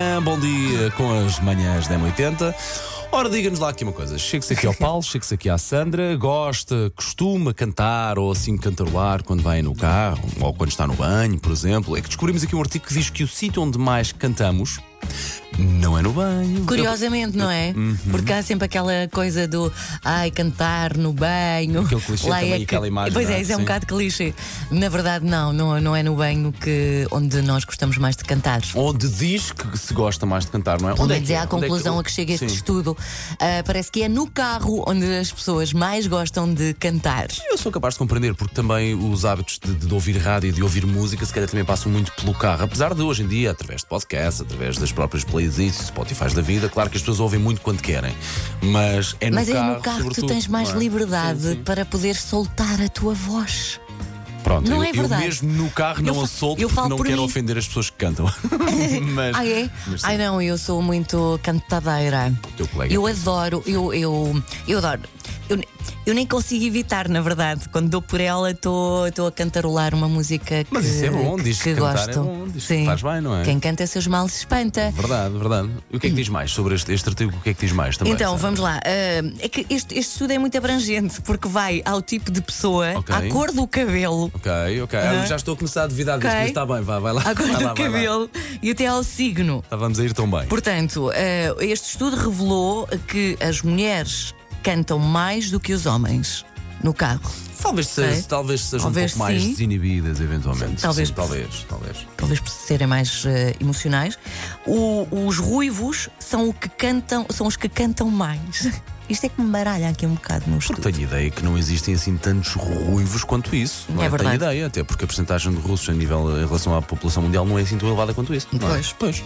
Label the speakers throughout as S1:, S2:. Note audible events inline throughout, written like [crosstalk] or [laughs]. S1: Ah, Bom dia com as manhãs da M80. Ora, diga-nos lá aqui uma coisa. Chega-se aqui ao Paulo, chega-se aqui à Sandra, gosta, costuma cantar ou assim cantarolar quando vai no carro ou quando está no banho, por exemplo. É que descobrimos aqui um artigo que diz que o sítio onde mais cantamos não é no banho.
S2: Curiosamente, não é?
S1: Uhum.
S2: Porque há sempre aquela coisa do ai, cantar no banho.
S1: Aquele clichê também,
S2: que-
S1: aquela imagem,
S2: Pois
S1: não
S2: é,
S1: é?
S2: isso é um
S1: Sim.
S2: bocado clichê. Na verdade, não, não, não é no banho que, onde nós gostamos mais de cantar.
S1: Onde diz que se gosta mais de cantar, não é?
S2: Pelo
S1: onde
S2: menos é,
S1: que
S2: à conclusão a que chega este
S1: Sim.
S2: estudo. Ah, parece que é no carro onde as pessoas mais gostam de cantar.
S1: Eu sou capaz de compreender, porque também os hábitos de, de ouvir rádio e de ouvir música se calhar também passam muito pelo carro. Apesar de hoje em dia, através de podcasts, através das próprias playlists, Spotify da vida, claro que as pessoas ouvem muito quando querem. Mas é no
S2: Mas
S1: carro.
S2: é no carro que tu
S1: sobretudo,
S2: tens mais
S1: não é?
S2: liberdade
S1: Sim, sim.
S2: para poder soltar a tua voz.
S1: Pronto,
S2: Não
S1: eu,
S2: é
S1: eu
S2: verdade.
S1: mesmo no carro
S2: Eu
S1: não
S2: fa-
S1: a solto
S2: eu
S1: porque
S2: falo
S1: não
S2: por
S1: quero
S2: mim.
S1: ofender as pessoas que
S2: [laughs]
S1: cantam. mas
S2: Ah, é?
S1: mas sim,
S2: Ai não, eu sou muito cantadeira.
S1: o teu colega. é
S2: Eu adoro, eu, eu, eu adoro. Eu, ne- eu nem consigo evitar, na verdade. Quando dou por ela, estou a cantarolar uma música que,
S1: Mas isso é bom, diz
S2: eh, que
S1: que cantar é
S2: gosto.
S1: bom, diz que faz bem, não é?
S2: Quem canta seus males espanta.
S1: Verdade, verdade. E o que é que diz mais sobre este, este artigo? O que é que diz mais também?
S2: Então,
S1: Sandra?
S2: vamos lá. Ah, é que este, este estudo é muito abrangente, porque vai ao tipo de pessoa,
S1: Ok.
S2: à cor do cabelo,
S1: Ok, ok. Ah,
S2: Uhum.
S1: eu já estou a começar a duvidar disto,
S2: Ok.
S1: mas está bem, vá, vai lá. [laughs]
S2: à cor
S1: vai lá,
S2: do
S1: vai lá.
S2: cabelo e até ao signo.
S1: Estávamos a ir tão bem.
S2: Portanto, eh, este estudo revelou que as mulheres cantam mais do que os homens no carro.
S1: Talvez, se-
S2: Ok.
S1: talvez sejam
S2: Talvez
S1: um pouco mais
S2: sim.
S1: desinibidas, eventualmente.
S2: Talvez.
S1: Sim, talvez, talvez.
S2: Talvez por serem mais eh, emocionais. O- os ruivos são, o que cantam, são os que cantam mais. [laughs] Isto é que me baralha aqui um bocado no estudo.
S1: Porque tenho ideia que não existem assim tantos ruivos quanto isso. não
S2: É verdade.
S1: Tenho ideia, até porque a porcentagem de russos a nível em relação à população mundial não é assim tão elevada quanto isso. não é?
S2: Pois.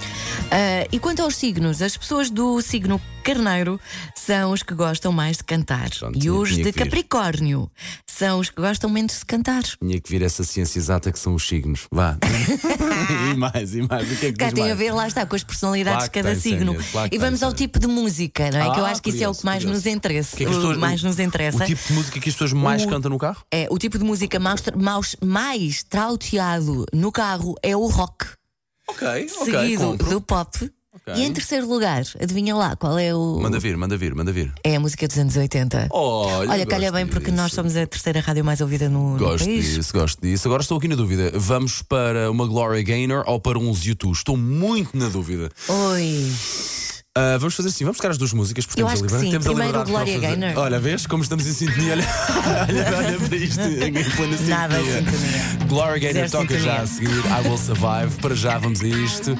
S2: Ah, e quanto aos signos, as pessoas do signo carneiro são os que gostam mais de cantar.
S1: Pronto,
S2: e
S1: tinha-
S2: os
S1: tinha
S2: de
S1: que vir.
S2: Capricórnio são os que gostam menos de cantar.
S1: Tinha que vir essa ciência exata que são os signos.
S2: [laughs]
S1: Vá. e mais, e mais. O que é que
S2: Cá
S1: diz
S2: tem
S1: mais?
S2: a ver, lá está, com as personalidades
S1: Claro
S2: de
S1: que
S2: cada
S1: tem,
S2: signo.
S1: Sónia, claro que
S2: e vamos
S1: tem,
S2: ao
S1: Sónia.
S2: tipo de música, não é? que eu
S1: Ah,
S2: acho que isso é o
S1: curioso,
S2: que mais
S1: curioso.
S2: nos interessa.
S1: O que é que as pessoas-
S2: mais nos interessa.
S1: O tipo de música que as pessoas mais
S2: O-
S1: cantam no carro?
S2: É, o tipo de música mais, tra- maus- mais trauteado no carro é o rock,
S1: Ok,
S2: seguido do pop.
S1: Ok.
S2: E em terceiro lugar, adivinha lá qual é o.
S1: Manda vir, manda vir, manda vir.
S2: É a música dos anos 80.
S1: Olha,
S2: Olha, calha
S1: gosto
S2: bem, porque
S1: disso.
S2: nós somos a terceira rádio mais ouvida no, no
S1: Gosto
S2: país.
S1: disso, gosto disso. Agora estou aqui na dúvida. Vamos para uma Glory Gaynor ou para uns YouTube? Estou muito na dúvida.
S2: Oi.
S1: Ah, vamos fazer assim, vamos buscar as duas músicas, porque
S2: Eu
S1: temos
S2: acho
S1: a
S2: que
S1: liberdade.
S2: sim.
S1: Temos a
S2: Primeiro
S1: liberdade
S2: Gloria
S1: para fazer.
S2: Gaynor.
S1: Olha, vês como estamos em sintonia. Olha, olha, olha para isto em plena sintonia.
S2: Nada assim de sintonia.
S1: Gloria Gaynor
S2: Zero
S1: toca já
S2: sintonia.
S1: a seguir. I Will Survive. Para já vamos a isto.